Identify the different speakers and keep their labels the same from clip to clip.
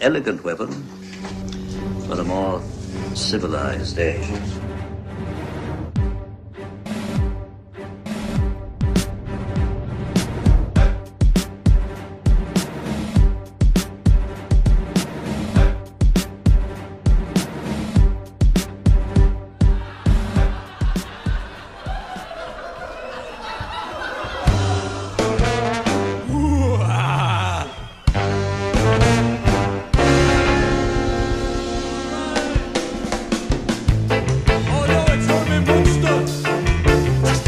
Speaker 1: elegant weapon for the more civilized age.
Speaker 2: Oh no, it's Herman Munster!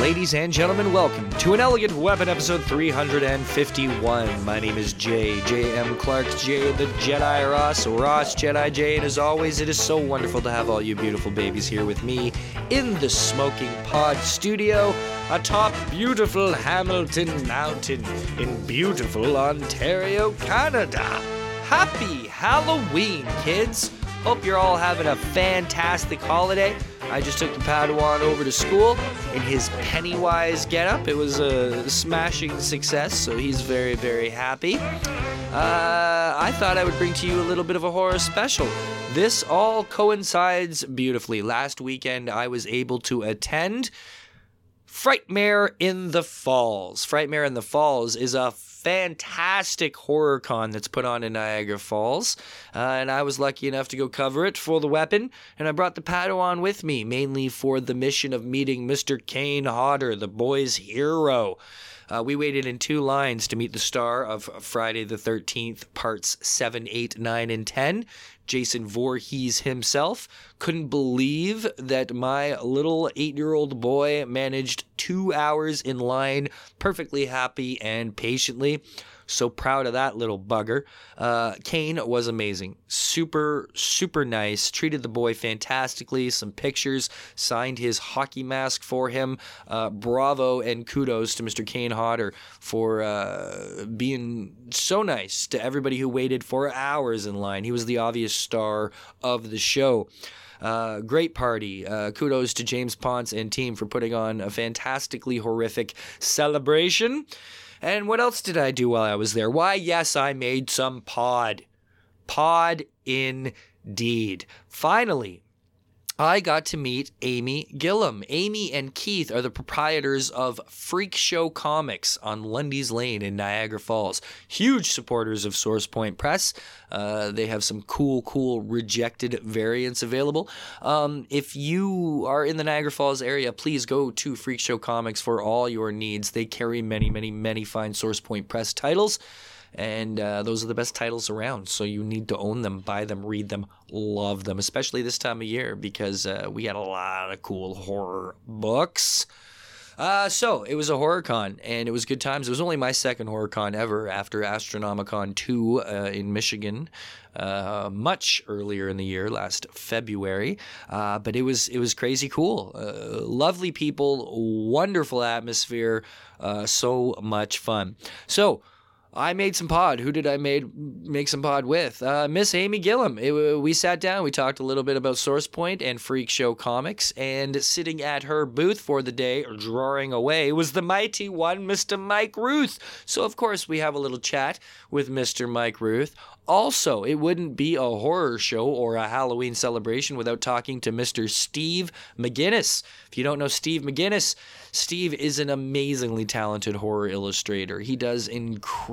Speaker 3: Ladies and gentlemen, welcome to an elegant weapon episode 351. My name is Jay, J.M. Clark's Jay, the Jedi Ross, Ross Jedi Jay, and as always, it is so wonderful to have all you beautiful babies here with me in the Smoking Pod studio atop beautiful Hamilton Mountain in beautiful Ontario, Canada. Happy Halloween, kids! Hope you're all having a fantastic holiday. I just took the Padawan over to school in his Pennywise getup. It was a smashing success, so he's very, very happy. Uh, I thought I would bring to you a little bit of a horror special. This all coincides beautifully. Last weekend, I was able to attend Frightmare in the Falls. Frightmare in the Falls is a fantastic horror con that's put on in Niagara Falls. Uh, and I was lucky enough to go cover it for the weapon. And I brought the Padawan with me, mainly for the mission of meeting Mr. Kane Hodder, the boy's hero. Uh, we waited in two lines to meet the star of Friday the 13th, parts 7, 8, 9, and 10, Jason Voorhees himself. Couldn't believe that my little eight year old boy managed two hours in line perfectly happy and patiently. So proud of that little bugger. Uh, Kane was amazing. Super, super nice. Treated the boy fantastically. Some pictures. Signed his hockey mask for him. Uh, bravo and kudos to Mr. Kane Hodder for uh, being so nice to everybody who waited for hours in line. He was the obvious star of the show. Uh, great party. Uh, kudos to James Ponce and team for putting on a fantastically horrific celebration. And what else did I do while I was there? Why, yes, I made some pod. Pod indeed. Finally, I got to meet Amy Gillum. Amy and Keith are the proprietors of Freak Show Comics on Lundy's Lane in Niagara Falls. Huge supporters of Source Point Press. Uh, they have some cool, cool rejected variants available. Um, if you are in the Niagara Falls area, please go to Freak Show Comics for all your needs. They carry many, many, many fine Source Point Press titles and uh, those are the best titles around. So you need to own them, buy them, read them, love them, especially this time of year because uh, we had a lot of cool horror books. Uh, so it was a horror con, and it was good times. It was only my second horror con ever after Astronomicon 2 uh, in Michigan, uh, much earlier in the year, last February. Uh, but it was it was crazy cool. Uh, lovely people, wonderful atmosphere, uh, so much fun. So I made some pod. Who did I made make some pod with? Uh, Miss Amy Gillum. It, wa- we sat down. We talked a little bit about Source Point and Freak Show Comics. And sitting at her booth for the day, drawing away, was the mighty one, Mr. Mike Ruth. So of course we have a little chat with Mr. Mike Ruth. Also, it wouldn't be a horror show or a Halloween celebration without talking to Mr. Steve McGinnis. If you don't know Steve McGinnis, Steve is an amazingly talented horror illustrator. He does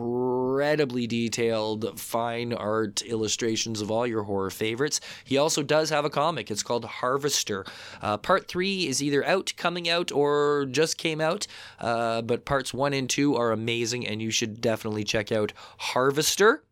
Speaker 3: incredibly detailed fine art illustrations of all your horror favorites. He also does have a comic. It's called Harvester. Uh, part three is either out, coming out, or just came out. Uh, but parts one and two are amazing, and you should definitely check out Harvester.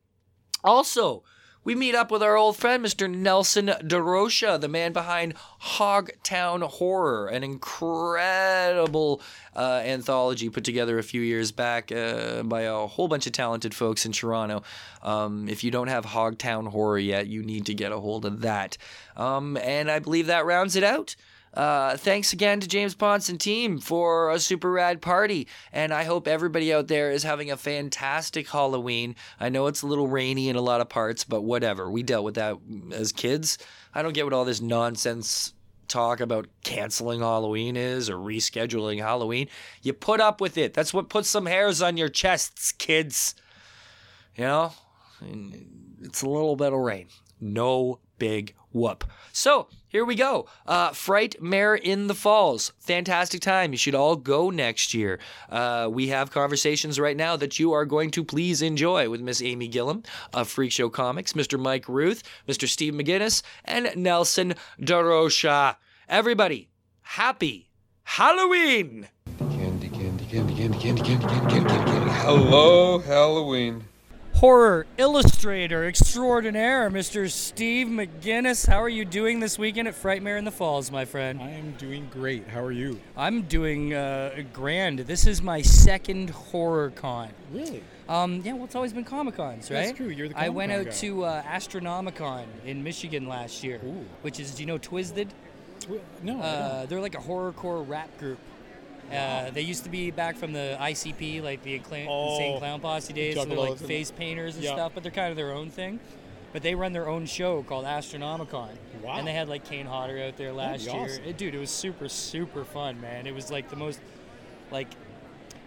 Speaker 3: Also, we meet up with our old friend, Mr. Nelson DeRocha, the man behind Hogtown Horror, an incredible uh, anthology put together a few years back uh, by a whole bunch of talented folks in Toronto. Um, if you don't have Hogtown Horror yet, you need to get a hold of that. Um, and I believe that rounds it out. Uh, thanks again to James Ponce and team for a super rad party. And I hope everybody out there is having a fantastic Halloween. I know it's a little rainy in a lot of parts, but whatever. We dealt with that as kids. I don't get what all this nonsense talk about canceling Halloween is or rescheduling Halloween. You put up with it. That's what puts some hairs on your chests, kids. You know, And it's a little bit of rain. No big whoop. So here we go. Uh, Frightmare in the Falls. Fantastic time. You should all go next year. Uh, we have conversations right now that you are going to please enjoy with Miss Amy Gillum of Freak Show Comics, Mr. Mike Ruth, Mr. Steve McGinnis, and Nelson DeRocha. Everybody, happy Halloween!
Speaker 4: Candy, candy, candy, candy, candy, candy, candy, candy, candy, candy. Hello, Halloween.
Speaker 5: horror illustrator extraordinaire, Mr. Steve McGinnis. How are you doing this weekend at Frightmare in the Falls, my friend?
Speaker 6: I am doing great. How are you?
Speaker 5: I'm doing uh, grand. This is my second horror con.
Speaker 6: Really?
Speaker 5: Um, yeah, well, it's always been Comic Cons, right?
Speaker 6: That's true. You're the
Speaker 5: I went out
Speaker 6: Comic-Con guy.
Speaker 5: to uh, Astronomicon in Michigan last year,
Speaker 6: Ooh.
Speaker 5: which is, do you know, Twisted.
Speaker 6: No.
Speaker 5: Uh, they're like a horrorcore rap group. Uh, they used to be back from the ICP, like the acclaim,
Speaker 6: Oh,
Speaker 5: insane clown posse days. So they're
Speaker 6: Juggalos
Speaker 5: like
Speaker 6: and-
Speaker 5: face painters and
Speaker 6: Yeah.
Speaker 5: stuff, but they're kind of their own thing. But they run their own show called Astronomicon.
Speaker 6: Wow. Oh,
Speaker 5: And they had like Kane Hodder out there last
Speaker 6: be
Speaker 5: year.
Speaker 6: awesome.
Speaker 5: It- dude, it was super, super fun, man. It was like the most, like,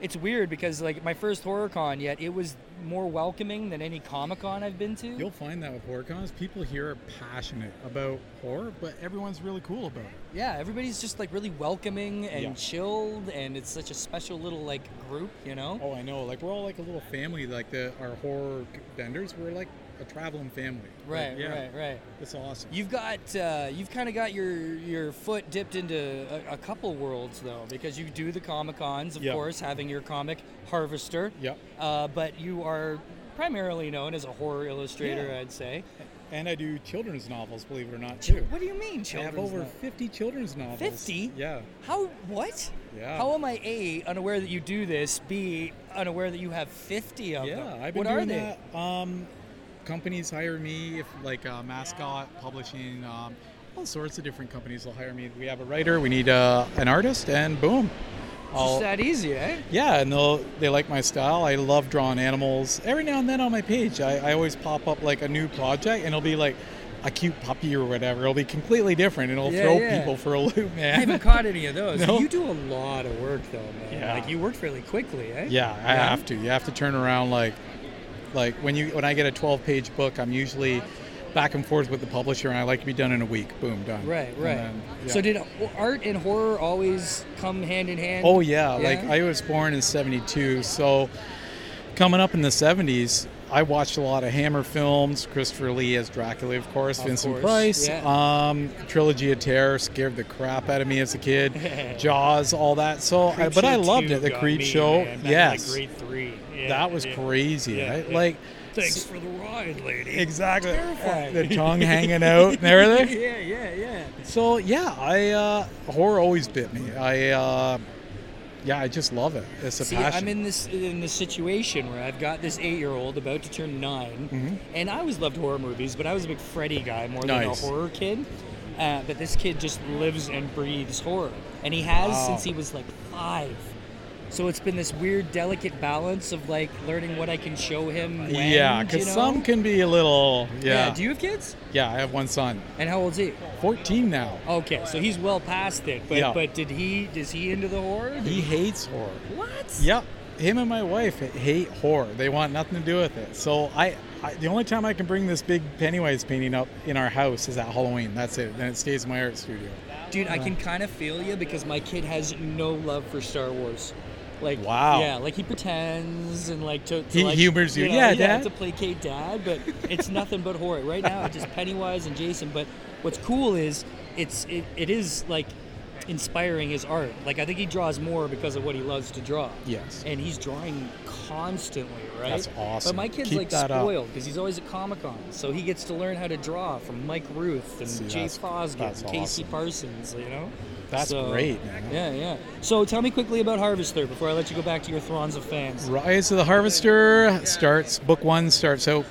Speaker 5: it's weird because like my first horror con, yet it was more welcoming than any Comic Con I've been to.
Speaker 6: You'll find that with horror cons, people here are passionate about horror, but everyone's really cool about it.
Speaker 5: Yeah, everybody's just like really welcoming and
Speaker 6: Yeah.
Speaker 5: chilled, and it's such a special little like group, you know?
Speaker 6: Oh, I know. Like we're all like a little family. Like the our horror c- vendors, we're like a traveling family.
Speaker 5: right,
Speaker 6: Like, yeah,
Speaker 5: right, right.
Speaker 6: It's awesome.
Speaker 5: You've got uh, you've kind of got your your foot dipped into a, a couple worlds though, because you do the comic cons, of
Speaker 6: Yeah.
Speaker 5: course, having your comic harvester.
Speaker 6: Yeah.
Speaker 5: Uh, but you are primarily known as a horror illustrator,
Speaker 6: Yeah.
Speaker 5: I'd say.
Speaker 6: and I do children's novels, believe it or not,
Speaker 5: Chil-
Speaker 6: too.
Speaker 5: What do you mean,
Speaker 6: I
Speaker 5: children?
Speaker 6: have over 50 children's novels.
Speaker 5: 50?
Speaker 6: Yeah.
Speaker 5: How? What?
Speaker 6: Yeah.
Speaker 5: How am I a unaware that you do this? B unaware that you have 50 of them.
Speaker 6: Yeah, I've been
Speaker 5: what
Speaker 6: doing
Speaker 5: are they?
Speaker 6: that. Um, companies hire me if like uh, mascot publishing, um, all sorts of different companies will hire me. We have a writer, we need uh, an artist, and boom. I'll-
Speaker 5: It's that easy, eh?
Speaker 6: yeah, and they'll they like my style. I love drawing animals. Every now and then on my page, I, I always pop up like a new project, and it'll be like a cute puppy or whatever. It'll be completely different, and it'll
Speaker 5: Yeah,
Speaker 6: throw
Speaker 5: yeah.
Speaker 6: people for a loop,
Speaker 5: I haven't
Speaker 6: man.
Speaker 5: caught any of those.
Speaker 6: No.
Speaker 5: You do a lot of work though, man.
Speaker 6: Yeah.
Speaker 5: Like you work fairly quickly, eh?
Speaker 6: Yeah, I have to. You have to turn around like like when you when I get a 12 page book, I'm usually back and forth with the publisher, and I like to be done in a week. Boom, done.
Speaker 5: Right,
Speaker 6: And
Speaker 5: right.
Speaker 6: then, yeah.
Speaker 5: So did art and horror always come hand in hand?
Speaker 6: Oh yeah, like
Speaker 5: Yeah?
Speaker 6: I was born in '72, so coming up in the '70s, I watched a lot of Hammer films. Christopher Lee as Dracula, of course, Vincent
Speaker 5: course,
Speaker 6: Price.
Speaker 5: yeah.
Speaker 6: Um, Trilogy of Terror scared the crap out of me as a kid. Jaws, all that. So, I, but I loved it. The Creep Show, yes,
Speaker 5: three.
Speaker 6: that was crazy. right? Like
Speaker 5: Thanks for the ride, lady.
Speaker 6: exactly
Speaker 5: Terrifying.
Speaker 6: the tongue hanging out and everything.
Speaker 5: Yeah, yeah, yeah.
Speaker 6: So yeah, I uh, horror always bit me. I uh, yeah, I just love it. It's a
Speaker 5: See,
Speaker 6: passion.
Speaker 5: I'm in this in this situation where I've got this eight-year-old about to turn 9
Speaker 6: Mm-hmm.
Speaker 5: and I always loved horror movies, but I was a big Freddy guy more than a
Speaker 6: Nice.
Speaker 5: horror kid. Uh, but this kid just lives and breathes horror, and he has
Speaker 6: Wow.
Speaker 5: since he was like five. So it's been this weird, delicate balance of like learning what I can show him. When,
Speaker 6: yeah,
Speaker 5: because
Speaker 6: because some can be a little. Yeah. Yeah,
Speaker 5: Do you have kids?
Speaker 6: I have one son,
Speaker 5: And how old's he?
Speaker 6: 14 now.
Speaker 5: Okay, so he's well past it. But
Speaker 6: Yeah.
Speaker 5: but did he? Is he into the horror? Did-
Speaker 6: He hates horror.
Speaker 5: what?
Speaker 6: Yep, him and my wife hate horror. They want nothing to do with it. So I, I, the only time I can bring this big Pennywise painting up in our house is at Halloween. That's it. Then it stays in my art studio.
Speaker 5: Dude, I can kind of feel you because my kid has no love for Star Wars. Like
Speaker 6: Wow.
Speaker 5: yeah, like he pretends and like to, to
Speaker 6: He
Speaker 5: like,
Speaker 6: humors you.
Speaker 5: know,
Speaker 6: Yeah, Dad.
Speaker 5: to placate dad, but it's nothing but horror right now. It's just Pennywise and Jason. But what's cool is it's it, it is like inspiring his art. Like I think he draws more because of what he loves to draw.
Speaker 6: Yes.
Speaker 5: and he's drawing constantly, right?
Speaker 6: That's awesome.
Speaker 5: But my kid's
Speaker 6: Keep
Speaker 5: like
Speaker 6: that up.
Speaker 5: spoiled because he's always at Comic Con, so he gets to learn how to draw from Mike Ruth and
Speaker 6: See,
Speaker 5: Jay
Speaker 6: that's-
Speaker 5: Fosgate,
Speaker 6: that's
Speaker 5: and Casey
Speaker 6: awesome.
Speaker 5: Parsons, you know?
Speaker 6: That's
Speaker 5: So-
Speaker 6: great, man.
Speaker 5: Yeah, yeah. So tell me quickly about Harvester before I let you go back to your throngs of fans.
Speaker 6: Rise of the Harvester starts, book one starts out,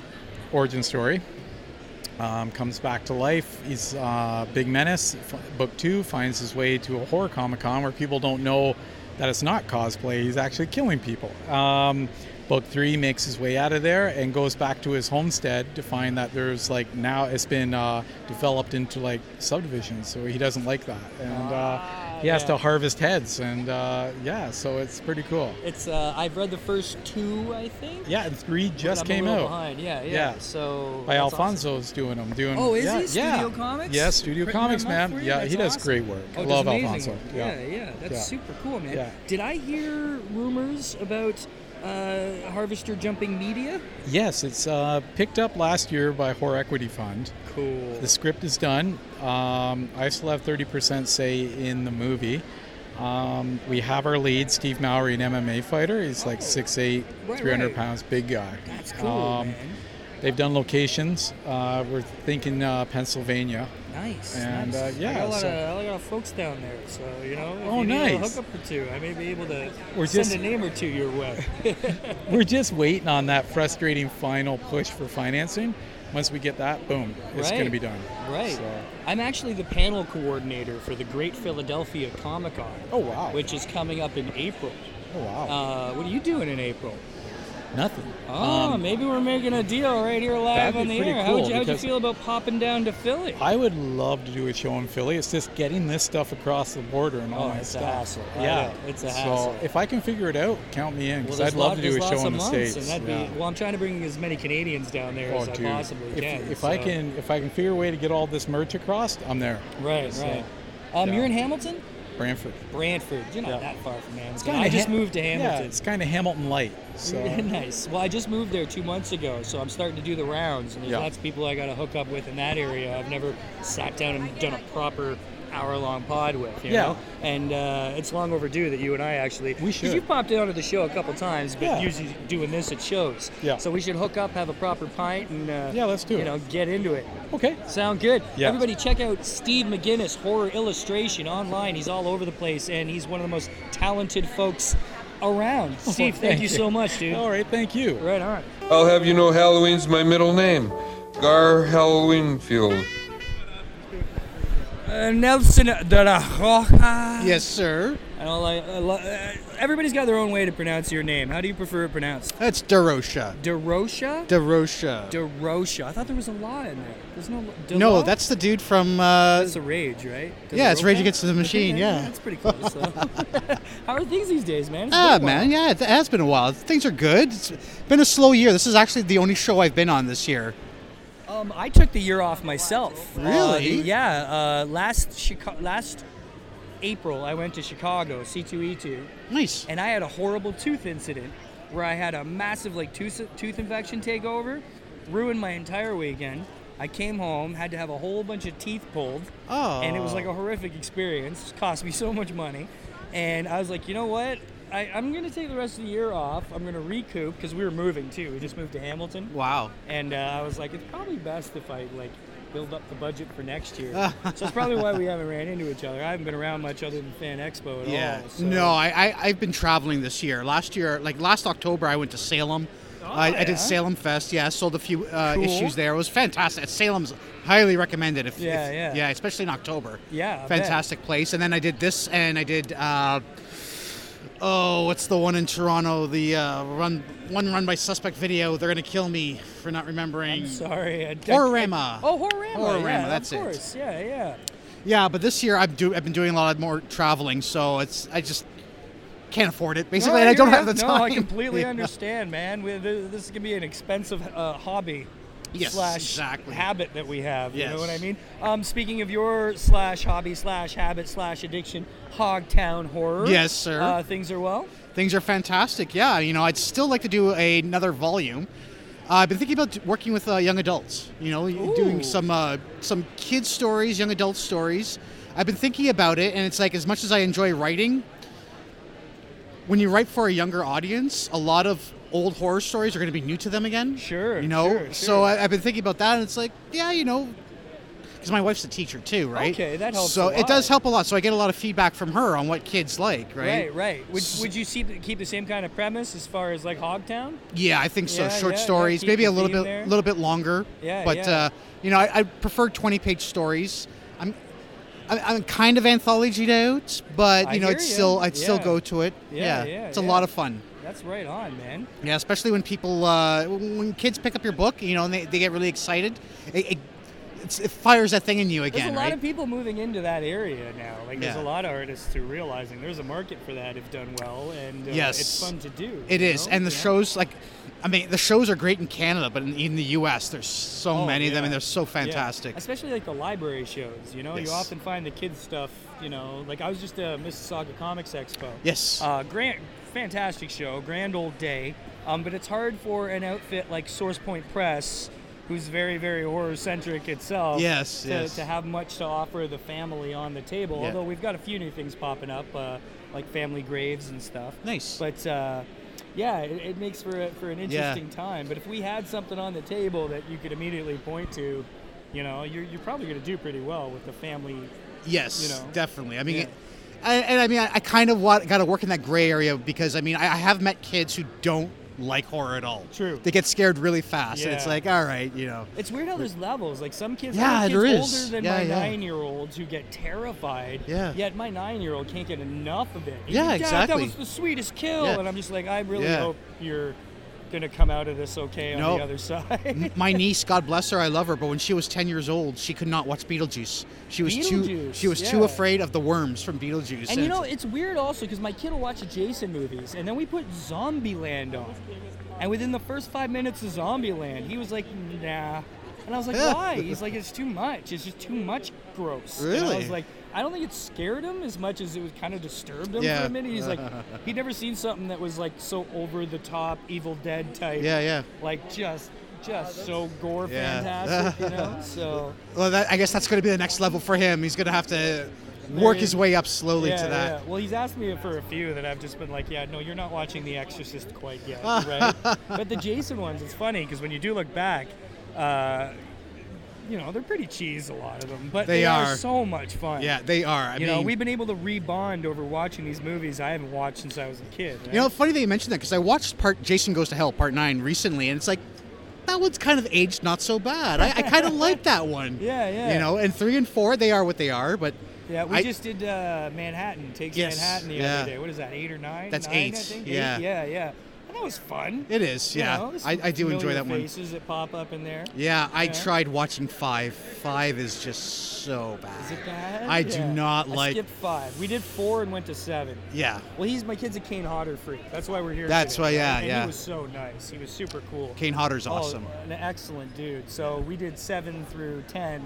Speaker 6: origin story. Um, comes back to life. He's uh, Big Menace. F- book two finds his way to a horror Comic Con where people don't know that it's not cosplay. He's actually killing people. Um, Book three makes his way out of there and goes back to his homestead to find that there's like now it's been uh, developed into like subdivisions, so he doesn't like that, and uh, he has
Speaker 5: yeah.
Speaker 6: to harvest heads, and uh, yeah, so it's pretty cool.
Speaker 5: It's uh, I've read the first two, I think.
Speaker 6: Yeah, and three just
Speaker 5: I'm a
Speaker 6: came
Speaker 5: little
Speaker 6: out
Speaker 5: Behind. Yeah, yeah.
Speaker 6: Yeah.
Speaker 5: So
Speaker 6: by
Speaker 5: that's awesome.
Speaker 6: Alfonso's doing them, doing.
Speaker 5: Oh, is
Speaker 6: yeah,
Speaker 5: he? Studio
Speaker 6: yeah.
Speaker 5: Comics?
Speaker 6: Yeah, Studio
Speaker 5: Printing
Speaker 6: Comics,
Speaker 5: them up
Speaker 6: man.
Speaker 5: for you?
Speaker 6: Yeah, he
Speaker 5: That's
Speaker 6: does
Speaker 5: awesome.
Speaker 6: great work.
Speaker 5: Oh,
Speaker 6: I
Speaker 5: that's
Speaker 6: love
Speaker 5: amazing.
Speaker 6: Alfonso.
Speaker 5: yeah, That's
Speaker 6: Yeah.
Speaker 5: super cool, man.
Speaker 6: Yeah.
Speaker 5: Did I hear rumors about uh, Harvester Jumping Media?
Speaker 6: Yes, it's uh, picked up last year by Horror Equity Fund.
Speaker 5: Cool.
Speaker 6: The script is done. Um, I still have 30% say in the movie. Um, we have our lead, Steve Mowry, an MMA fighter. He's like 6'8,
Speaker 5: Oh. Right,
Speaker 6: 300
Speaker 5: right.
Speaker 6: pounds, big guy.
Speaker 5: That's cool,
Speaker 6: Um,
Speaker 5: man.
Speaker 6: They've done locations. Uh, we're thinking uh, Pennsylvania.
Speaker 5: Nice.
Speaker 6: and,
Speaker 5: nice.
Speaker 6: uh, yeah,
Speaker 5: I got a lot
Speaker 6: so-
Speaker 5: of I got a lot of folks down there, so you know, if
Speaker 6: Oh,
Speaker 5: you need a
Speaker 6: nice.
Speaker 5: hookup or two, I may be able to
Speaker 6: We're
Speaker 5: send
Speaker 6: just-
Speaker 5: a name or two your way.
Speaker 6: We're just waiting on that frustrating final push for financing. Once we get that, boom, it's going to
Speaker 5: Right.
Speaker 6: be done.
Speaker 5: Right.
Speaker 6: So-
Speaker 5: I'm actually the panel coordinator for the Great Philadelphia Comic Con.
Speaker 6: Oh, wow.
Speaker 5: Which is coming up in April.
Speaker 6: oh, wow.
Speaker 5: Uh, what are you doing in April?
Speaker 6: Nothing.
Speaker 5: Um,
Speaker 6: Um,
Speaker 5: Oh, maybe we're making a deal right here live
Speaker 6: that'd be
Speaker 5: on the
Speaker 6: pretty
Speaker 5: air.
Speaker 6: cool
Speaker 5: how'd, you, how'd you
Speaker 6: because-
Speaker 5: feel about popping down to Philly?
Speaker 6: I would love to do a show in Philly. It's just getting this stuff across the border and all
Speaker 5: Oh,
Speaker 6: my
Speaker 5: it's a
Speaker 6: stuff.
Speaker 5: hassle. I
Speaker 6: Yeah,
Speaker 5: know. It's a
Speaker 6: So
Speaker 5: hassle.
Speaker 6: if I can figure it out, count me in because
Speaker 5: there's
Speaker 6: I'd love
Speaker 5: lot-
Speaker 6: to do
Speaker 5: there's
Speaker 6: a show
Speaker 5: lots
Speaker 6: in the
Speaker 5: of months,
Speaker 6: states.
Speaker 5: And that'd
Speaker 6: yeah.
Speaker 5: be, well, I'm trying to bring as many Canadians down there
Speaker 6: oh,
Speaker 5: as
Speaker 6: dude.
Speaker 5: I possibly
Speaker 6: if
Speaker 5: can.
Speaker 6: if I
Speaker 5: so-
Speaker 6: can if I can figure a way to get all this merch across, I'm there.
Speaker 5: Right,
Speaker 6: so,
Speaker 5: right. Um,
Speaker 6: yeah.
Speaker 5: You're in Hamilton?
Speaker 6: Brantford.
Speaker 5: Brantford. You're not
Speaker 6: Yeah.
Speaker 5: that far from Hamilton.
Speaker 6: Kinda
Speaker 5: I just
Speaker 6: Ha-
Speaker 5: moved to
Speaker 6: Yeah,
Speaker 5: Hamilton.
Speaker 6: it's kind of Hamilton light. So
Speaker 5: nice. Well, I just moved there two months ago, so I'm starting to do the rounds, and there's
Speaker 6: Yeah.
Speaker 5: lots of people I got to hook up with in that area. I've never sat down and done a proper hour-long pod with, you
Speaker 6: Yeah.
Speaker 5: know. And uh, it's long overdue that you and I actually
Speaker 6: We
Speaker 5: 'cause
Speaker 6: should.
Speaker 5: You popped out of the show a couple times, but
Speaker 6: Yeah.
Speaker 5: usually doing this at shows.
Speaker 6: Yeah.
Speaker 5: So we should hook up, have a proper pint, and uh,
Speaker 6: Yeah, let's do
Speaker 5: you
Speaker 6: it.
Speaker 5: know get into it.
Speaker 6: okay.
Speaker 5: Sound good.
Speaker 6: Yeah.
Speaker 5: Everybody check out Steve McGinnis, Horror Illustration, online. He's all over the place, and he's one of the most talented folks around. Steve, thank,
Speaker 6: Oh, thank
Speaker 5: you
Speaker 6: you.
Speaker 5: so much, dude.
Speaker 6: All right, thank you.
Speaker 5: Right on.
Speaker 4: I'll have you know Halloween's my middle name. Gar Halloweenfield.
Speaker 5: Nelson de la Roja.
Speaker 7: Yes, sir.
Speaker 5: I don't like, I lo- uh, everybody's got their own way to pronounce your name. How do you prefer it pronounced?
Speaker 7: That's Derosha.
Speaker 5: DeRocha?
Speaker 7: Derosha.
Speaker 5: DeRocha. I thought there was a law in there. There's no. De
Speaker 7: no,
Speaker 5: Law?
Speaker 7: that's the dude from. Uh,
Speaker 5: That's a rage, right? De La
Speaker 7: yeah, it's Rage
Speaker 5: Roca?
Speaker 7: Against the Machine. Yeah.
Speaker 5: That's pretty close. though. How are things these days, man? It's been a
Speaker 7: Ah,
Speaker 5: while.
Speaker 7: man. Yeah, it has been a while. Things are good. It's been a slow year. This is actually the only show I've been on this year.
Speaker 5: Um, I took the year off myself.
Speaker 7: Really?
Speaker 5: Uh, yeah. Uh, last Chica- last April, I went to Chicago, E C2E2,
Speaker 7: Nice.
Speaker 5: and I had a horrible tooth incident where I had a massive like tooth tooth infection take over, ruined my entire weekend. I came home, had to have a whole bunch of teeth pulled,
Speaker 7: Oh.
Speaker 5: and it was like a horrific experience. It cost me so much money, and I was like, you know what? I, I'm gonna take the rest of the year off. I'm gonna recoup because we were moving too. We just moved to Hamilton.
Speaker 7: Wow.
Speaker 5: And uh, I was like, it's probably best if I like build up the budget for next year. so that's probably why we haven't ran into each other. I haven't been around much other than Fan Expo at
Speaker 7: Yeah.
Speaker 5: all. so-
Speaker 7: Oh, No, I, I I've been traveling this year. Last year, like last October, I went to Salem. I, I
Speaker 5: Oh, yeah.
Speaker 7: did Salem Fest. Yeah, sold a few uh,
Speaker 5: Cool.
Speaker 7: issues there. It was fantastic. Salem's highly recommended. If,
Speaker 5: Yeah,
Speaker 7: if-
Speaker 5: yeah.
Speaker 7: yeah, especially in October.
Speaker 5: Yeah, I bet.
Speaker 7: fantastic place. And then I did this, and I did. Uh, Oh, what's the one in Toronto? The uh, run, one run by Suspect Video. They're gonna kill me for not remembering.
Speaker 5: Sorry. I, I-
Speaker 7: Horrorama.
Speaker 5: oh, Horrorama.
Speaker 7: Horrorama,
Speaker 5: yeah,
Speaker 7: that's it.
Speaker 5: of course. Yeah, yeah.
Speaker 7: Yeah, but this year I've do I've been doing a lot more traveling, so it's I just can't afford it basically,
Speaker 5: No,
Speaker 7: and I
Speaker 5: hear
Speaker 7: don't
Speaker 5: ya.
Speaker 7: have the time.
Speaker 5: No, I completely
Speaker 7: Yeah.
Speaker 5: understand, man. We- th- This is gonna be an expensive uh, hobby.
Speaker 7: Yes,
Speaker 5: slash
Speaker 7: exactly.
Speaker 5: habit that we have. You know
Speaker 7: Yes.
Speaker 5: what I mean? Um, speaking of your slash hobby slash habit slash addiction, Hogtown Horror.
Speaker 7: Yes, sir.
Speaker 5: Uh, things are well.
Speaker 7: Things are fantastic. Yeah, you know, I'd still like to do a- another volume. Uh, I've been thinking about d- working with uh, young adults. You know, y-
Speaker 5: Ooh.
Speaker 7: doing some uh, some kids stories, young adult stories. I've been thinking about it, and it's like as much as I enjoy writing, when you write for a younger audience, a lot of old horror stories are going to be new to them again.
Speaker 5: Sure,
Speaker 7: You know,
Speaker 5: sure,
Speaker 7: so
Speaker 5: sure.
Speaker 7: I, I've been thinking about that, and it's like, yeah, you know, because my wife's a teacher too, right?
Speaker 5: Okay, that helps
Speaker 7: So
Speaker 5: a
Speaker 7: it does
Speaker 5: lot.
Speaker 7: help a lot. So I get a lot of feedback from her on what kids like,
Speaker 5: Right,
Speaker 7: right?
Speaker 5: right. Would,
Speaker 7: S-
Speaker 5: would you see, keep the same kind of premise as far as like Hogtown?
Speaker 7: Yeah, I think so.
Speaker 5: Yeah,
Speaker 7: Short
Speaker 5: yeah, yeah,
Speaker 7: stories,
Speaker 5: keep
Speaker 7: maybe
Speaker 5: the
Speaker 7: a little
Speaker 5: theme
Speaker 7: bit,
Speaker 5: there.
Speaker 7: little bit longer.
Speaker 5: Yeah,
Speaker 7: but
Speaker 5: yeah.
Speaker 7: Uh, you know, I, I prefer twenty-page stories. I'm, I'm, I'm kind of anthologied out, but
Speaker 5: I
Speaker 7: you know,
Speaker 5: hear
Speaker 7: it's
Speaker 5: ya.
Speaker 7: still, I'd still
Speaker 5: Yeah.
Speaker 7: go to it.
Speaker 5: Yeah, yeah,
Speaker 7: it's a
Speaker 5: yeah.
Speaker 7: lot of fun.
Speaker 5: That's right on, man.
Speaker 7: Yeah, especially when people, uh, when kids pick up your book, you know, and they, they get really excited. It, it, it's, it fires that thing in you
Speaker 5: There's
Speaker 7: again,
Speaker 5: a lot
Speaker 7: right?
Speaker 5: of people moving into that area now. Like there's
Speaker 7: Yeah.
Speaker 5: a lot of artists who are realizing there's a market for that if done well, and uh,
Speaker 7: Yes.
Speaker 5: it's fun to do.
Speaker 7: It
Speaker 5: you
Speaker 7: is,
Speaker 5: know?
Speaker 7: and the
Speaker 5: Yeah.
Speaker 7: shows like, I mean, the shows are great in Canada, but in, in the U.S., there's so
Speaker 5: Oh,
Speaker 7: many of them,
Speaker 5: yeah.
Speaker 7: and they're so
Speaker 5: Yeah.
Speaker 7: fantastic.
Speaker 5: Especially like the library shows. You know,
Speaker 7: Yes.
Speaker 5: you often find the kids stuff. You know, like I was just at Mississauga Comics Expo.
Speaker 7: Yes.
Speaker 5: Uh, grand, fantastic show, grand old day. Um, but it's hard for an outfit like Source Point Press, who's very, very horror centric itself,
Speaker 7: Yes,
Speaker 5: to,
Speaker 7: yes.
Speaker 5: to have much to offer the family on the table.
Speaker 7: Yeah.
Speaker 5: Although we've got a few new things popping up, uh, like family graves and stuff.
Speaker 7: Nice.
Speaker 5: But uh, yeah, it, it makes for a, for an interesting time. But if we had something on the table that you could immediately point to, you know, you're, you're probably going to do pretty well with the family
Speaker 7: yes,
Speaker 5: you know.
Speaker 7: definitely. I mean,
Speaker 5: Yeah.
Speaker 7: it- I, and I mean, I, I kind of want, got to work in that gray area because I mean, I, I have met kids who don't like horror at all.
Speaker 5: True.
Speaker 7: They get scared really fast, and it's
Speaker 5: Yeah.
Speaker 7: like, all right, you know.
Speaker 5: It's weird how there's levels. Like some kids,
Speaker 7: Yeah,
Speaker 5: I have kids
Speaker 7: there is.
Speaker 5: older than
Speaker 7: Yeah,
Speaker 5: my
Speaker 7: yeah.
Speaker 5: nine-year-olds who get terrified.
Speaker 7: Yeah.
Speaker 5: Yet my nine-year-old can't get enough of it. He's
Speaker 7: Yeah,
Speaker 5: like, "Dad,
Speaker 7: exactly.
Speaker 5: That was the sweetest kill,
Speaker 7: Yeah.
Speaker 5: and I'm just like, I really
Speaker 7: Yeah.
Speaker 5: hope you're gonna come out of this okay on
Speaker 7: No.
Speaker 5: the other side.
Speaker 7: my niece, God bless her, I love her, but when she was 10 years old, she could not watch Beetlejuice. She was too
Speaker 5: Beetlejuice,
Speaker 7: she was too
Speaker 5: yeah.
Speaker 7: afraid of the worms from Beetlejuice.
Speaker 5: and you know, it's weird also because my kid will watch the Jason movies, and then we put Zombieland on, and within the first five minutes of Zombieland, he was like, nah. And I was like,
Speaker 7: Yeah.
Speaker 5: why? He's like, it's too much. It's just too much gross. And I
Speaker 7: Really?
Speaker 5: was like, I don't think it scared him as much as it was kind of disturbed him for
Speaker 7: Yeah.
Speaker 5: a minute. He's like, he'd never seen something that was like so over the top, Evil Dead type.
Speaker 7: yeah, yeah.
Speaker 5: Like just, just so gore
Speaker 7: Yeah.
Speaker 5: fantastic, you know? So.
Speaker 7: Well, that, I guess that's going to be the next level for him. He's going to have to work
Speaker 5: Maybe.
Speaker 7: his way up slowly
Speaker 5: yeah,
Speaker 7: to that.
Speaker 5: Yeah. Well, he's asked me for a few that I've just been like, yeah, no, you're not watching The Exorcist quite yet, right? but the Jason ones, it's funny because when you do look back, uh, you know, they're pretty cheese, a lot of them, but
Speaker 7: They
Speaker 5: they, are.
Speaker 7: are.
Speaker 5: so much fun.
Speaker 7: Yeah, they are. I
Speaker 5: you
Speaker 7: mean,
Speaker 5: know, we've been able to rebond over watching these movies I haven't watched since I was a kid.
Speaker 7: you know, funny that you mentioned that because I watched part Jason Goes to Hell Part Nine recently, and it's like that one's kind of aged not so bad. I, I kind of like that one.
Speaker 5: Yeah, yeah.
Speaker 7: You know, and three and four, they are what they are, but
Speaker 5: Yeah, we
Speaker 7: I-
Speaker 5: just did uh, Manhattan takes
Speaker 7: Yes,
Speaker 5: Manhattan the
Speaker 7: yeah.
Speaker 5: other day. What is that? Eight or nine?
Speaker 7: That's
Speaker 5: Nine,
Speaker 7: eight,
Speaker 5: I think.
Speaker 7: yeah.
Speaker 5: Eight? Yeah, yeah. And that was fun.
Speaker 7: it is.
Speaker 5: You
Speaker 7: Yeah,
Speaker 5: know, there's
Speaker 7: I,
Speaker 5: some
Speaker 7: I do enjoy
Speaker 5: familiar
Speaker 7: that one.
Speaker 5: Faces that pop up in there.
Speaker 7: Yeah, I
Speaker 5: Yeah.
Speaker 7: tried watching five. Five is just so bad.
Speaker 5: Is it bad?
Speaker 7: I do not
Speaker 5: I
Speaker 7: like-
Speaker 5: skipped five. We did four and went to seven.
Speaker 7: Yeah.
Speaker 5: Well, he's my kid's a Kane Hodder freak. That's why we're here.
Speaker 7: That's
Speaker 5: today,
Speaker 7: why- yeah,
Speaker 5: and
Speaker 7: yeah.
Speaker 5: He was so nice. He was super cool.
Speaker 7: Kane Hodder's
Speaker 5: Oh,
Speaker 7: awesome.
Speaker 5: an excellent dude. So we did seven through ten,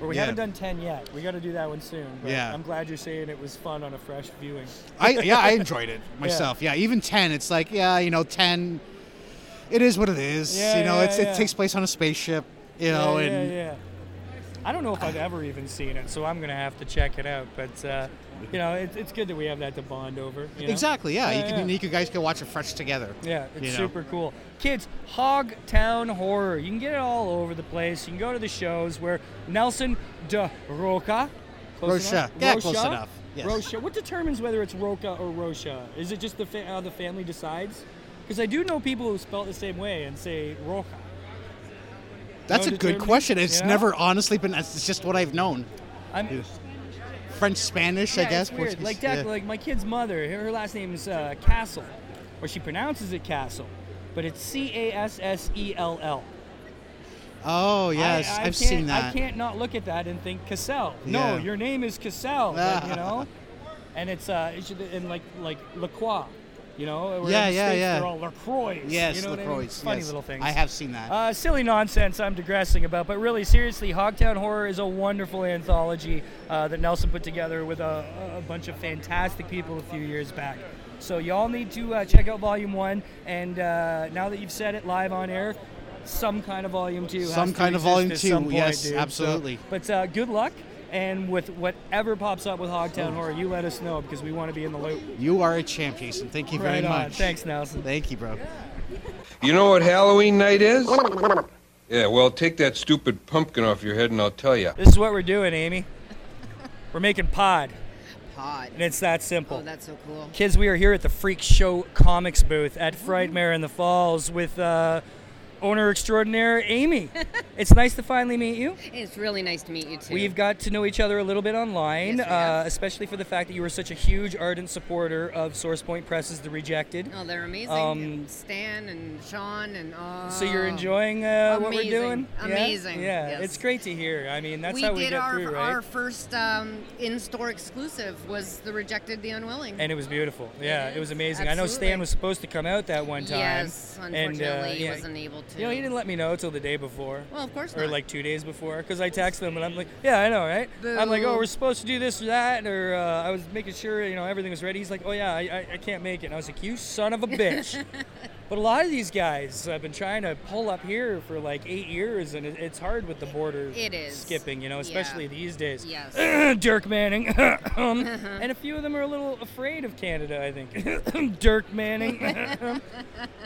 Speaker 5: or we
Speaker 7: Yeah.
Speaker 5: haven't done ten yet. We got to do that one soon. But
Speaker 7: Yeah.
Speaker 5: I'm glad you're saying it was fun on a fresh viewing.
Speaker 7: I yeah, I enjoyed it myself. Yeah. even ten, it's like yeah, you know, ten. It is what it is.
Speaker 5: Yeah,
Speaker 7: you know,
Speaker 5: yeah,
Speaker 7: it's,
Speaker 5: yeah.
Speaker 7: it takes place on a spaceship. You know,
Speaker 5: yeah,
Speaker 7: and
Speaker 5: yeah, yeah. I don't know if I've ever even seen it, so I'm gonna have to check it out. But uh, you know, it, it's good that we have that to bond over. you know?
Speaker 7: exactly, yeah, you
Speaker 5: Yeah,
Speaker 7: can
Speaker 5: yeah.
Speaker 7: you could- guys can watch it fresh together.
Speaker 5: Yeah, it's
Speaker 7: you know?
Speaker 5: super cool. Kids, Hogtown Horror. You can get it all over the place. You can go to the shows where Nelson de Roca. close
Speaker 7: Rocha.
Speaker 5: enough?
Speaker 7: Yeah, close enough. Yes.
Speaker 5: Rocha. What determines whether it's Roca or Rocha? Is it just the fa- how the family decides? Because I do know people who spell it the same way and say Roca.
Speaker 7: That's
Speaker 5: No
Speaker 7: a good
Speaker 5: determin-
Speaker 7: question. It's
Speaker 5: yeah.
Speaker 7: never honestly been. That's it's just what I've known.
Speaker 5: I'm,
Speaker 7: French, Spanish,
Speaker 5: yeah,
Speaker 7: I guess.
Speaker 5: it's weird.
Speaker 7: Portuguese,
Speaker 5: Like that,
Speaker 7: yeah.
Speaker 5: like my kid's mother. Her, her last name is uh, Castle, or she pronounces it Castle, but it's C A S S E L L.
Speaker 7: oh yes,
Speaker 5: I, I
Speaker 7: have
Speaker 5: can't-
Speaker 7: seen that.
Speaker 5: I can't not look at that and think Cassell. No,
Speaker 7: Yeah. Ah.
Speaker 5: your name is Cassell. but, you know, and it's uh, it should, and like like Lacroix, you know. where in
Speaker 7: Yeah,
Speaker 5: the
Speaker 7: yeah,
Speaker 5: States
Speaker 7: yeah.
Speaker 5: They're all Lacroix.
Speaker 7: Yes,
Speaker 5: you know what I mean?
Speaker 7: Lacroix,
Speaker 5: Funny
Speaker 7: yes.
Speaker 5: little things.
Speaker 7: I have seen that.
Speaker 5: Uh, silly nonsense I'm digressing about, but really, seriously, Hogtown Horror is a wonderful anthology uh, that Nelson put together with a, a bunch of fantastic people a few years back. So, y'all need to uh, check out Volume 1, and uh, now that you've said it live on air, some kind of Volume 2. has
Speaker 7: Some
Speaker 5: to
Speaker 7: kind of
Speaker 5: exist
Speaker 7: Volume
Speaker 5: at
Speaker 7: 2,
Speaker 5: some point,
Speaker 7: yes,
Speaker 5: dude. So-
Speaker 7: absolutely.
Speaker 5: but uh, good luck, and with whatever pops up with
Speaker 7: Oh.
Speaker 5: Hogtown Horror, you let us know because we want to be in the loop.
Speaker 7: you are a champ, Jason. Thank you very
Speaker 5: right on.
Speaker 7: much.
Speaker 5: Thanks, Nelson.
Speaker 7: Thank you, bro.
Speaker 4: You know what Halloween night is? Yeah, well, take that stupid pumpkin off your head and I'll tell you.
Speaker 5: This is what we're doing, Amy. We're making pod,
Speaker 8: Pod.
Speaker 5: and it's that simple.
Speaker 8: Oh, that's so cool.
Speaker 5: Kids, we are here at the Freak Show Comics booth at Frightmare in the Falls with uh, owner extraordinaire, Amy. it's nice to finally meet you.
Speaker 8: It's really nice to meet you too.
Speaker 5: We've got to know each other a little bit online,
Speaker 8: Yes, we
Speaker 5: uh,
Speaker 8: have.
Speaker 5: especially for the fact that you were such a huge, ardent supporter of SourcePoint Press's The Rejected.
Speaker 8: oh, they're amazing.
Speaker 5: um,
Speaker 8: Stan and Sean and oh.
Speaker 5: So you're enjoying uh, what we're
Speaker 8: Amazing.
Speaker 5: doing? Yeah?
Speaker 8: Amazing,
Speaker 5: Yeah,
Speaker 8: yes.
Speaker 5: it's great to hear. I mean, that's
Speaker 8: we
Speaker 5: how
Speaker 8: did
Speaker 5: we get
Speaker 8: our
Speaker 5: through, right?
Speaker 8: our first um, in-store exclusive was the rejected, the unwilling.
Speaker 5: and it was beautiful. Yeah, it was amazing. I know Stan
Speaker 8: Absolutely.
Speaker 5: was supposed to come out that one time.
Speaker 8: yes, unfortunately,
Speaker 5: and, uh,
Speaker 8: he
Speaker 5: yeah,
Speaker 8: wasn't able to.
Speaker 5: You know, he didn't let me know till the day before.
Speaker 8: Well, of course
Speaker 5: or
Speaker 8: not.
Speaker 5: like two days before, because I texted him and I'm like, yeah, I know, right? I'm like, oh,
Speaker 8: Boo.
Speaker 5: we're supposed to do this or that, or uh, I was making sure, you know, everything was ready. He's like, oh yeah, I, I, I can't make it. And I was like, you son of a bitch. but a lot of these guys I've been trying to pull up here for like eight years, and it, it's hard with the border
Speaker 8: It is.
Speaker 5: skipping, you know,
Speaker 8: Yeah.
Speaker 5: especially these days.
Speaker 8: Yes.
Speaker 5: Dirk Manning. Um, and a few of them are a little afraid of Canada, I think. Dirk Manning.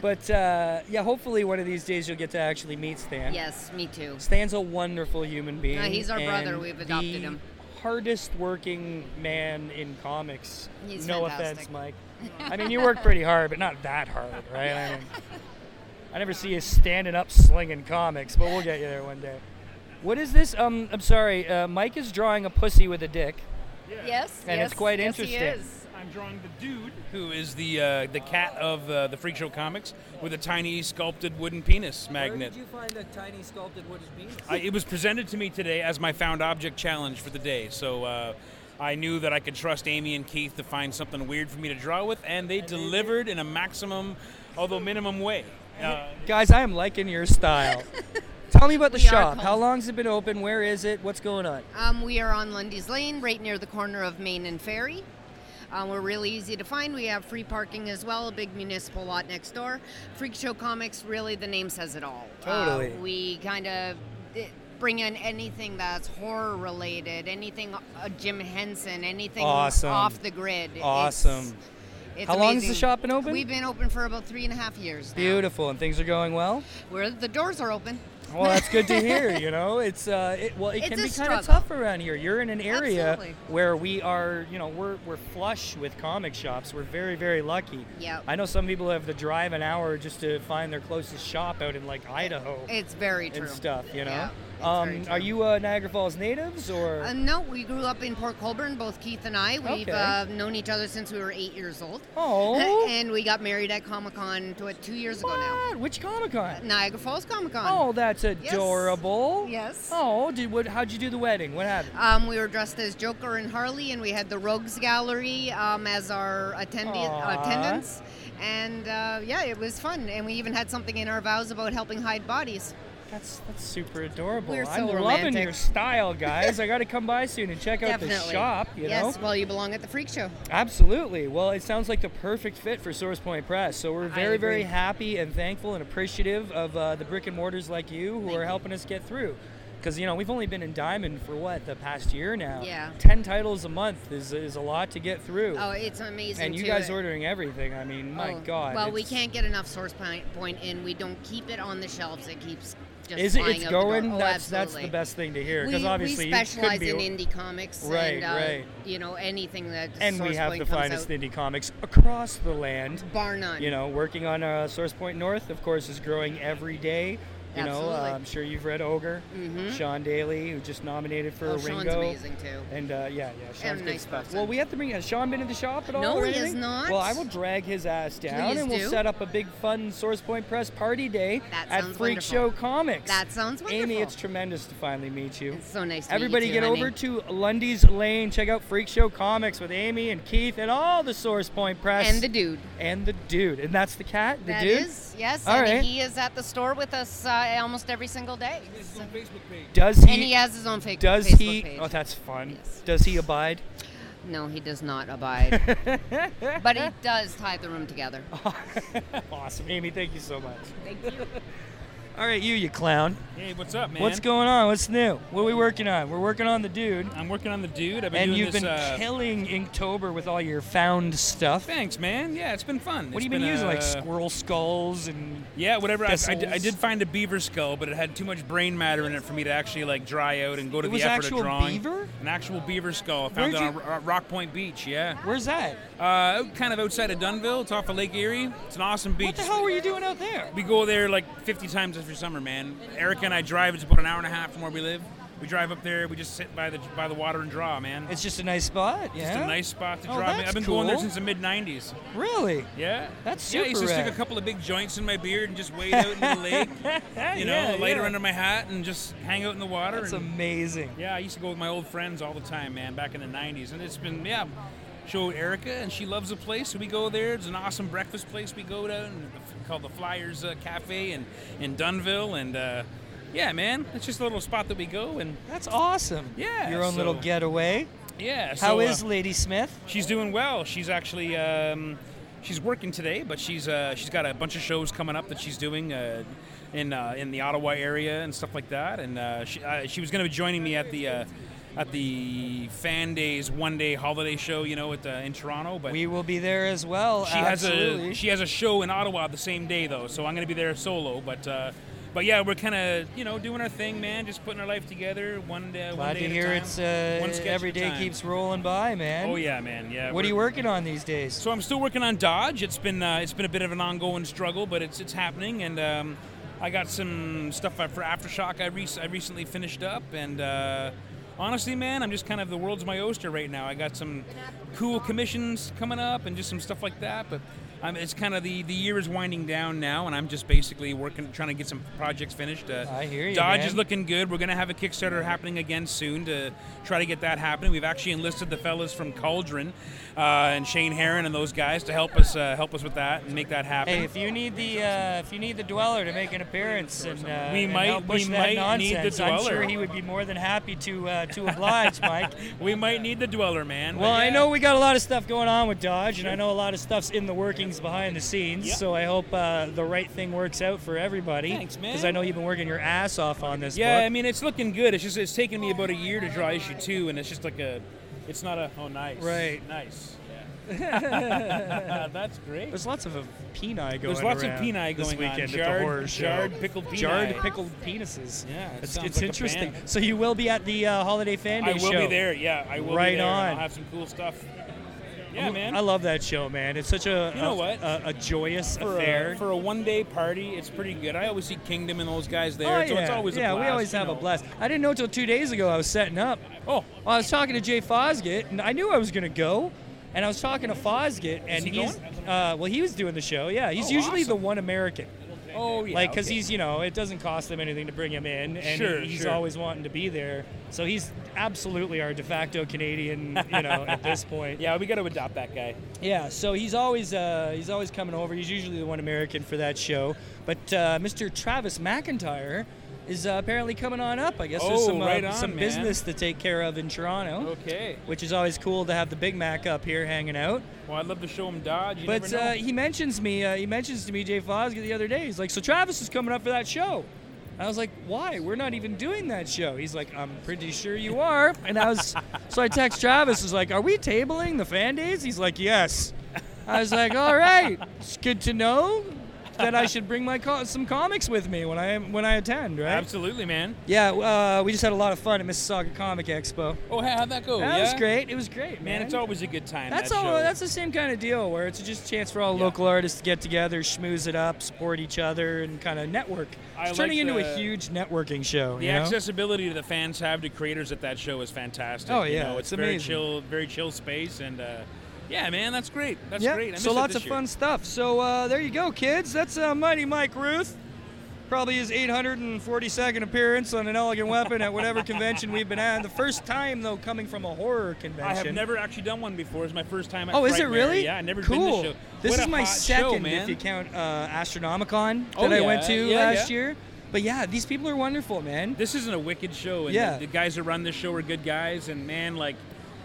Speaker 5: but uh, yeah, hopefully one of these days you'll get to actually meet Stan.
Speaker 8: yes, me too.
Speaker 5: Stan's a wonderful human being.
Speaker 8: he's our brother.
Speaker 5: and
Speaker 8: We've adopted
Speaker 5: the
Speaker 8: him.
Speaker 5: Hardest working man in comics.
Speaker 8: He's
Speaker 5: no
Speaker 8: fantastic.
Speaker 5: offense, Mike. I mean, you work pretty hard, but not that hard, right? I, mean, I never see you standing up slinging comics, but we'll get you there one day. What is this? Um, I'm sorry. Uh, Mike is drawing a pussy with a dick.
Speaker 8: Yes,
Speaker 5: And it's
Speaker 8: yes,
Speaker 5: quite
Speaker 8: yes, he
Speaker 5: interesting.
Speaker 8: is.
Speaker 9: I'm drawing the dude who is the uh, the cat of uh, the Freak Show comics with a tiny sculpted wooden penis magnet.
Speaker 5: you find the tiny sculpted wooden penis?
Speaker 9: I, it was presented to me today as my found object challenge for the day, so uh, I knew that I could trust Amy and Keith to find something weird for me to draw with, and they delivered in a maximum, although minimum way. Uh,
Speaker 5: Guys, I am liking your style. Tell me about the
Speaker 8: We are
Speaker 5: shop. How
Speaker 8: called-
Speaker 5: long's it been open? Where is it? What's going on?
Speaker 8: Um, we are on Lundy's Lane, right near the corner of Main and Ferry. Um, we're really easy to find. We have free parking as well, a big municipal lot next door. Freak Show Comics, really, the name says it all. Uh,
Speaker 5: Totally.
Speaker 8: we kind of eh, bring in anything that's horror related, anything uh, Jim Henson, anything
Speaker 5: Awesome.
Speaker 8: off the grid. It's-
Speaker 5: Awesome.
Speaker 8: it's
Speaker 5: How long has the
Speaker 8: amazing.
Speaker 5: shop been open?
Speaker 8: We've been open for about three and a half years now.
Speaker 5: Beautiful, and things are going well.
Speaker 8: Where the doors are open.
Speaker 5: Well, that's good to hear. You know, it's uh, it, well, it
Speaker 8: It's
Speaker 5: can
Speaker 8: a
Speaker 5: be kind of
Speaker 8: struggle.
Speaker 5: tough around here. You're in an area
Speaker 8: Absolutely.
Speaker 5: where we are, you know, we're we're flush with comic shops. We're very very lucky.
Speaker 8: Yep.
Speaker 5: I know some people have to drive an hour just to find their closest shop out in like Idaho
Speaker 8: It's very true.
Speaker 5: and stuff. You know.
Speaker 8: Yeah, it's very
Speaker 5: um,
Speaker 8: true.
Speaker 5: are you uh, Niagara Falls natives or?
Speaker 8: Uh, no, we grew up in Port Colborne, both Keith and I. We've
Speaker 5: Okay.
Speaker 8: uh, known each other since we were eight years old.
Speaker 5: oh.
Speaker 8: And we got married at Comic Con two years ago now.
Speaker 5: What? Which Comic Con?
Speaker 8: Niagara Falls Comic Con.
Speaker 5: Oh, that's adorable.
Speaker 8: Yes.
Speaker 5: Oh, did what? How'd you do the wedding? What happened?
Speaker 8: Um, we were dressed as Joker and Harley, and we had the Rogues Gallery um, as our attendi-
Speaker 5: Aw.
Speaker 8: attendance. And uh, yeah, it was fun. And we even had something in our vows about helping hide bodies.
Speaker 5: That's that's super adorable.
Speaker 8: We're
Speaker 5: I'm
Speaker 8: so
Speaker 5: loving
Speaker 8: romantic.
Speaker 5: your style, guys. I got to come by soon and check out
Speaker 8: Definitely.
Speaker 5: the shop. You
Speaker 8: yes,
Speaker 5: know,
Speaker 8: well, you belong at the Freak Show.
Speaker 5: absolutely. Well, it sounds like the perfect fit for Source Point Press. So we're very, very
Speaker 8: agree.
Speaker 5: happy and thankful and appreciative of uh, the brick and mortars like you who are helping us get through. Because you know we've only been in Diamond for what the past year now.
Speaker 8: Yeah.
Speaker 5: Ten titles a month is is a lot to get through.
Speaker 8: Oh, it's amazing.
Speaker 5: and you
Speaker 8: too.
Speaker 5: guys ordering everything. I mean, my
Speaker 8: Oh,
Speaker 5: God.
Speaker 8: Well, we
Speaker 5: it's-
Speaker 8: can't get enough source point, point in. We don't keep it on the shelves. It keeps just
Speaker 5: Is it?
Speaker 8: flying
Speaker 5: It's
Speaker 8: out the door.
Speaker 5: going.
Speaker 8: Oh,
Speaker 5: that's that's
Speaker 8: absolutely.
Speaker 5: the best thing to hear.
Speaker 8: We,
Speaker 5: Because obviously
Speaker 8: we
Speaker 5: you couldn't
Speaker 8: specialize
Speaker 5: be-
Speaker 8: in indie comics
Speaker 5: Right,
Speaker 8: and uh,
Speaker 5: right.
Speaker 8: you know anything that
Speaker 5: and we
Speaker 8: Source
Speaker 5: have
Speaker 8: Point
Speaker 5: the
Speaker 8: comes
Speaker 5: finest
Speaker 8: out,
Speaker 5: indie comics across the land.
Speaker 8: bar none.
Speaker 5: You know, working on uh, Source Point North, of course, is growing every day. You know, uh,
Speaker 8: Absolutely. Mm-hmm.
Speaker 5: I'm sure you've read Ogre, Sean Daly, who just nominated for
Speaker 8: oh,
Speaker 5: a
Speaker 8: Sean's
Speaker 5: Ringo.
Speaker 8: amazing too.
Speaker 5: And uh, yeah, yeah, Sean's
Speaker 8: And a
Speaker 5: good
Speaker 8: nice
Speaker 5: stuff.
Speaker 8: person.
Speaker 5: Well, we have to bring. Has Sean been to the shop at all?
Speaker 8: No,
Speaker 5: or
Speaker 8: he has
Speaker 5: anything?
Speaker 8: not.
Speaker 5: Well, I will drag his ass down,
Speaker 8: Please
Speaker 5: and we'll
Speaker 8: do.
Speaker 5: set up a big fun Source Point Press party day
Speaker 8: That
Speaker 5: at
Speaker 8: sounds
Speaker 5: Freak
Speaker 8: wonderful.
Speaker 5: Show Comics.
Speaker 8: That sounds
Speaker 5: Amy,
Speaker 8: wonderful.
Speaker 5: it's tremendous to finally meet you.
Speaker 8: It's so nice. To
Speaker 5: Everybody
Speaker 8: meet you
Speaker 5: get
Speaker 8: too, honey.
Speaker 5: over to Lundy's Lane. Check out Freak Show Comics with Amy and Keith and all the Source Point Press.
Speaker 8: and the dude.
Speaker 5: And the dude. And that's the cat? The
Speaker 8: That
Speaker 5: dude?
Speaker 8: is- yes.
Speaker 5: All
Speaker 8: and
Speaker 5: right.
Speaker 8: he is at the store with us uh, almost every single day. So-
Speaker 5: Does he.
Speaker 8: and he has his own fake
Speaker 5: does
Speaker 8: Facebook
Speaker 5: he.
Speaker 8: page.
Speaker 5: Oh, that's fun.
Speaker 8: Yes.
Speaker 5: Does he abide?
Speaker 8: no, he does not abide, but he does tie the room together.
Speaker 5: awesome. Amy, thank you so much.
Speaker 8: Thank you.
Speaker 5: All right, you, you clown.
Speaker 9: hey, what's up, man?
Speaker 5: What's going on? What's new? What are we working on? We're working on the dude.
Speaker 9: I'm working on the dude. I've been
Speaker 5: And
Speaker 9: doing
Speaker 5: you've
Speaker 9: this.
Speaker 5: been
Speaker 9: uh,
Speaker 5: killing Inktober with all your found stuff.
Speaker 9: Thanks, man. Yeah, it's been fun.
Speaker 5: What
Speaker 9: It's
Speaker 5: have you been using? like
Speaker 9: uh,
Speaker 5: squirrel skulls and.
Speaker 9: Yeah, whatever. I, I, did, I
Speaker 5: thistles?
Speaker 9: did find a beaver skull, but it had too much brain matter in it for me to actually like dry out and go to
Speaker 5: It
Speaker 9: the
Speaker 5: was
Speaker 9: effort
Speaker 5: actual
Speaker 9: of drawing.
Speaker 5: beaver?
Speaker 9: An actual beaver skull. I found
Speaker 5: Where'd
Speaker 9: it on
Speaker 5: you-
Speaker 9: Ro- Ro- Rock Point Beach. Yeah,
Speaker 5: Where's that?
Speaker 9: uh, out- kind of outside of Dunville. It's off of Lake Erie. It's an awesome beach.
Speaker 5: What the hell were you doing out there?
Speaker 9: We go there like 50 times a for summer, man. Erica and I drive. It's about an hour and a half from where we live. We drive up there. We just sit by the by the water and draw, man.
Speaker 5: It's just a nice spot. Yeah.
Speaker 9: just a nice spot to
Speaker 5: Oh,
Speaker 9: draw. man.
Speaker 5: that's
Speaker 9: I've been going there
Speaker 5: cool.
Speaker 9: since the mid '90s.
Speaker 5: Really?
Speaker 9: Yeah,
Speaker 5: That's
Speaker 9: Yeah, I used to
Speaker 5: super
Speaker 9: stick
Speaker 5: rad.
Speaker 9: a couple of big joints in my beard and just wade out in the lake. You know,
Speaker 5: Yeah,
Speaker 9: lighter
Speaker 5: yeah.
Speaker 9: under my hat and just hang out in the water.
Speaker 5: That's
Speaker 9: and-
Speaker 5: amazing.
Speaker 9: yeah, I used to go with my old friends all the time, man, back in the 90s. And it's been, yeah, show Erica, and she loves the place. So we go there. It's an awesome breakfast place we go to and called the Flyers uh, Cafe in, in Dunville. And uh, yeah, man, it's just a little spot that we go. And
Speaker 5: That's awesome.
Speaker 9: Yeah,
Speaker 5: Your own little
Speaker 9: so-
Speaker 5: getaway.
Speaker 9: yeah. so,
Speaker 5: How
Speaker 9: uh,
Speaker 5: is Lady Smith?
Speaker 9: She's doing well. She's actually um, she's working today, but she's uh, she's got a bunch of shows coming up that she's doing uh, in uh, in the Ottawa area and stuff like that. And uh, she uh, she was going to be joining me at the uh, at the Fan Days one day holiday show, you know, at uh, in Toronto. But
Speaker 5: We will be there as well.
Speaker 9: she
Speaker 5: Absolutely.
Speaker 9: has a she has a show in Ottawa the same day though, so I'm going to be there solo. But uh, but yeah, we're kind of you know doing our thing, man. Just putting our life together one day. one
Speaker 5: Glad
Speaker 9: day
Speaker 5: to
Speaker 9: at a
Speaker 5: hear
Speaker 9: time,
Speaker 5: it's
Speaker 9: one
Speaker 5: uh,
Speaker 9: sketch
Speaker 5: every
Speaker 9: at a
Speaker 5: day
Speaker 9: time.
Speaker 5: keeps rolling by, man.
Speaker 9: Oh yeah, man. Yeah.
Speaker 5: What are
Speaker 9: we're-
Speaker 5: you working on these days?
Speaker 9: So I'm still working on Dodge. It's been uh, it's been a bit of an ongoing struggle, but it's it's happening. And um, I got some stuff for aftershock. I, rec- I recently finished up, and uh, honestly, man, I'm just kind of the world's my oyster right now. I got some cool commissions coming up, and just some stuff like that. But um, it's kind of the the year is winding down now, and I'm just basically working trying to get some projects finished. Uh,
Speaker 5: I hear you,
Speaker 9: Dodge
Speaker 5: man.
Speaker 9: is looking good. We're gonna have a Kickstarter happening again soon to try to get that happening. We've actually enlisted the fellas from Cauldron uh, and Shane Heron and those guys to help us uh, help us with that and make that happen.
Speaker 5: Hey, if you need the uh, if you need the dweller to make an appearance and uh,
Speaker 9: We
Speaker 5: and
Speaker 9: might-
Speaker 5: help push
Speaker 9: we
Speaker 5: that
Speaker 9: might need the
Speaker 5: nonsense, I'm
Speaker 9: Dweller.
Speaker 5: sure he would be more than happy to uh, to oblige, Mike.
Speaker 9: we might need the Dweller, man.
Speaker 5: Well,
Speaker 9: But
Speaker 5: I
Speaker 9: yeah.
Speaker 5: know we got a lot of stuff going on with Dodge, and I know a lot of stuff's in the workings behind the scenes. So I hope uh, the right thing works out for everybody.
Speaker 9: Thanks, man.
Speaker 5: Because I know you've been working your ass off on this.
Speaker 9: Yeah, I
Speaker 5: book.
Speaker 9: mean it's looking good. It's just it's taken me about a year to draw issue two, and it's just like a, it's not a oh nice
Speaker 5: Right.
Speaker 9: nice. Yeah. That's great.
Speaker 5: there's lots of uh, peni going.
Speaker 9: There's lots of
Speaker 5: around
Speaker 9: peni
Speaker 5: this
Speaker 9: going on.
Speaker 5: weekend at the
Speaker 9: Jarred-
Speaker 5: horror show.
Speaker 9: jarred pickled peni.
Speaker 5: Jarred pickled penises.
Speaker 9: Yeah, it
Speaker 5: it's,
Speaker 9: sounds
Speaker 5: it's
Speaker 9: like a
Speaker 5: interesting.
Speaker 9: band.
Speaker 5: So you will be at the uh, holiday fan day
Speaker 9: I will
Speaker 5: show.
Speaker 9: be there. Yeah, I will.
Speaker 5: Right
Speaker 9: be there, and
Speaker 5: on.
Speaker 9: I'll have some cool stuff. Yeah, man.
Speaker 5: I love that show, man. It's such a
Speaker 9: You know
Speaker 5: a,
Speaker 9: what?
Speaker 5: A, a joyous
Speaker 9: for
Speaker 5: affair.
Speaker 9: A, for a one day party, it's pretty good. I always see Kingdom and those guys there,
Speaker 5: Oh,
Speaker 9: so it's always
Speaker 5: yeah.
Speaker 9: a blast.
Speaker 5: we always
Speaker 9: you
Speaker 5: have a
Speaker 9: know.
Speaker 5: blast. I didn't know until two days ago I was setting up.
Speaker 9: Oh,
Speaker 5: Well, I was talking to Jay Fosgate, and I knew I was going to go. And I was talking to Fosgate, and
Speaker 9: he
Speaker 5: he's uh, well, he was doing the show. Yeah, he's
Speaker 9: Oh,
Speaker 5: usually the
Speaker 9: awesome.
Speaker 5: one American,
Speaker 9: oh yeah.
Speaker 5: like because
Speaker 9: okay.
Speaker 5: he's you know it doesn't cost them anything to bring him in, and
Speaker 9: Sure,
Speaker 5: he's
Speaker 9: sure.
Speaker 5: always wanting to be there. So he's absolutely our de facto Canadian, you know, at this point.
Speaker 9: Yeah, we got to adopt that guy.
Speaker 5: Yeah, so he's always uh, he's always coming over. He's usually the one American for that show. But uh, Mr. Travis McIntyre is uh, apparently coming on up. I guess there's
Speaker 9: Oh,
Speaker 5: some uh,
Speaker 9: right on,
Speaker 5: some
Speaker 9: man.
Speaker 5: business to take care of in Toronto,
Speaker 9: Okay.
Speaker 5: which is always cool to have the Big Mac up here hanging out.
Speaker 9: Well, I'd love to show him Dodge. You
Speaker 5: but
Speaker 9: never know.
Speaker 5: uh, he mentions me uh, he mentions to me Jay Fosgate the other day. He's like, "So Travis is coming up for that show." And I was like, "Why? We're not even doing that show." He's like, "I'm pretty sure you are." And I was so I text Travis was like, "Are we tabling the fan days?" He's like, "Yes." I was like, "All right, it's good to know that I should bring my co- some comics with me when I when I attend, right?"
Speaker 9: Absolutely, man.
Speaker 5: Yeah, uh, we just had a lot of fun at Mississauga Comic Expo.
Speaker 9: Oh, hey, how'd that go?
Speaker 5: That
Speaker 9: yeah?
Speaker 5: was great. It was great,
Speaker 9: Man,
Speaker 5: man.
Speaker 9: it's always a good time.
Speaker 5: That's
Speaker 9: that
Speaker 5: all.
Speaker 9: Show.
Speaker 5: That's the same kind of deal where it's just a chance for all local artists to get together, schmooze it up, support each other, and kind of network.
Speaker 9: I
Speaker 5: It's turning
Speaker 9: like
Speaker 5: into a
Speaker 9: the-
Speaker 5: huge networking show.
Speaker 9: the
Speaker 5: you know?
Speaker 9: accessibility that the fans have to creators at that show is fantastic.
Speaker 5: Oh,
Speaker 9: you
Speaker 5: yeah,
Speaker 9: know,
Speaker 5: it's
Speaker 9: very
Speaker 5: amazing.
Speaker 9: chill, very chill space, and uh, yeah, man, that's great. That's
Speaker 5: yeah.
Speaker 9: great. I
Speaker 5: so
Speaker 9: miss it
Speaker 5: lots
Speaker 9: this
Speaker 5: of
Speaker 9: year.
Speaker 5: fun stuff. So uh, there you go, kids. That's uh, Mighty Mike Ruth. Probably his 842nd appearance on an elegant weapon at whatever convention we've been at. The first time though, coming from a horror convention.
Speaker 9: I have never actually done one before. It's my first time. At
Speaker 5: Oh, is it
Speaker 9: Fright Mary.
Speaker 5: really?
Speaker 9: Yeah, I never
Speaker 5: cool.
Speaker 9: been to the show.
Speaker 5: This
Speaker 9: is
Speaker 5: is my second, if you count uh, Astronomicon that
Speaker 9: Oh,
Speaker 5: I went
Speaker 9: yeah,
Speaker 5: to
Speaker 9: yeah,
Speaker 5: last
Speaker 9: yeah.
Speaker 5: year. But yeah, these people are wonderful, man.
Speaker 9: This isn't a wicked show, and
Speaker 5: Yeah.
Speaker 9: the, the guys that run this show are good guys. And man, like,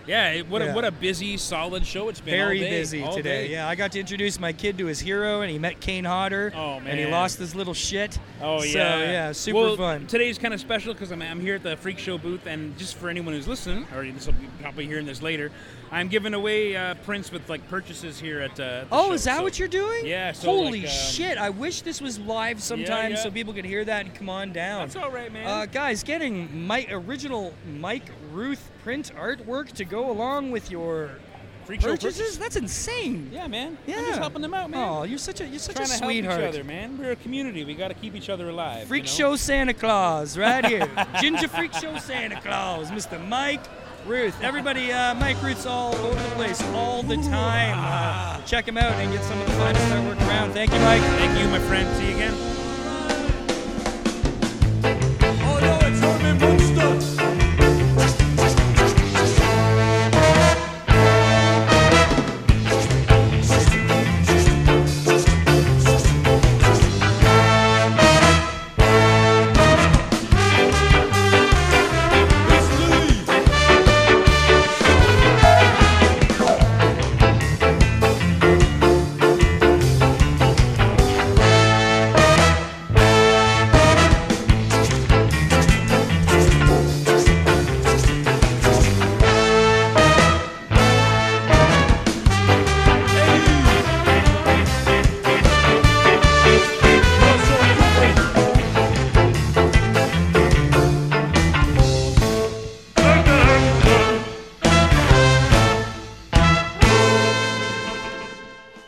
Speaker 9: yeah, it- what
Speaker 5: Yeah.
Speaker 9: a what a busy, solid show it's been. all
Speaker 5: Very
Speaker 9: day,
Speaker 5: busy
Speaker 9: all
Speaker 5: today.
Speaker 9: day.
Speaker 5: Yeah, I got to introduce my kid to his hero, and he met Kane Hodder.
Speaker 9: Oh,
Speaker 5: And he
Speaker 9: man.
Speaker 5: lost his little shit.
Speaker 9: Oh
Speaker 5: so,
Speaker 9: yeah.
Speaker 5: yeah, super
Speaker 9: well,
Speaker 5: fun.
Speaker 9: Today's kind of special because I'm, I'm here at the freak show booth, and just for anyone who's listening, or this will be probably hearing this later, I'm giving away uh, prints with like purchases here at. Uh, at the
Speaker 5: oh,
Speaker 9: show,
Speaker 5: is that
Speaker 9: so-
Speaker 5: what you're doing?
Speaker 9: Yeah, so,
Speaker 5: Holy
Speaker 9: like, um,
Speaker 5: shit! I wish this was live sometime
Speaker 9: yeah.
Speaker 5: so people could hear that and come on down.
Speaker 9: That's all right, man.
Speaker 5: Uh, guys, getting my original Mike Ruth print artwork to go along with your
Speaker 9: Freak show
Speaker 5: Purchases? That's insane.
Speaker 9: Yeah, man.
Speaker 5: Yeah.
Speaker 9: I'm just helping them out, man.
Speaker 5: Oh, you're such a you're such
Speaker 9: trying
Speaker 5: a
Speaker 9: to
Speaker 5: sweetheart.
Speaker 9: help each other, man. We're a community. We got to keep each other alive.
Speaker 5: Freak
Speaker 9: you know?
Speaker 5: Show Santa Claus, right here. Ginger Freak Show Santa Claus, Mr. Mike Ruth. Everybody, uh, Mike Ruth's all over the place, all the time. Uh, check him out and get some of the finest artwork around. Thank you, Mike.
Speaker 9: Thank you, my friend. See you again.
Speaker 2: Although it's only Monster.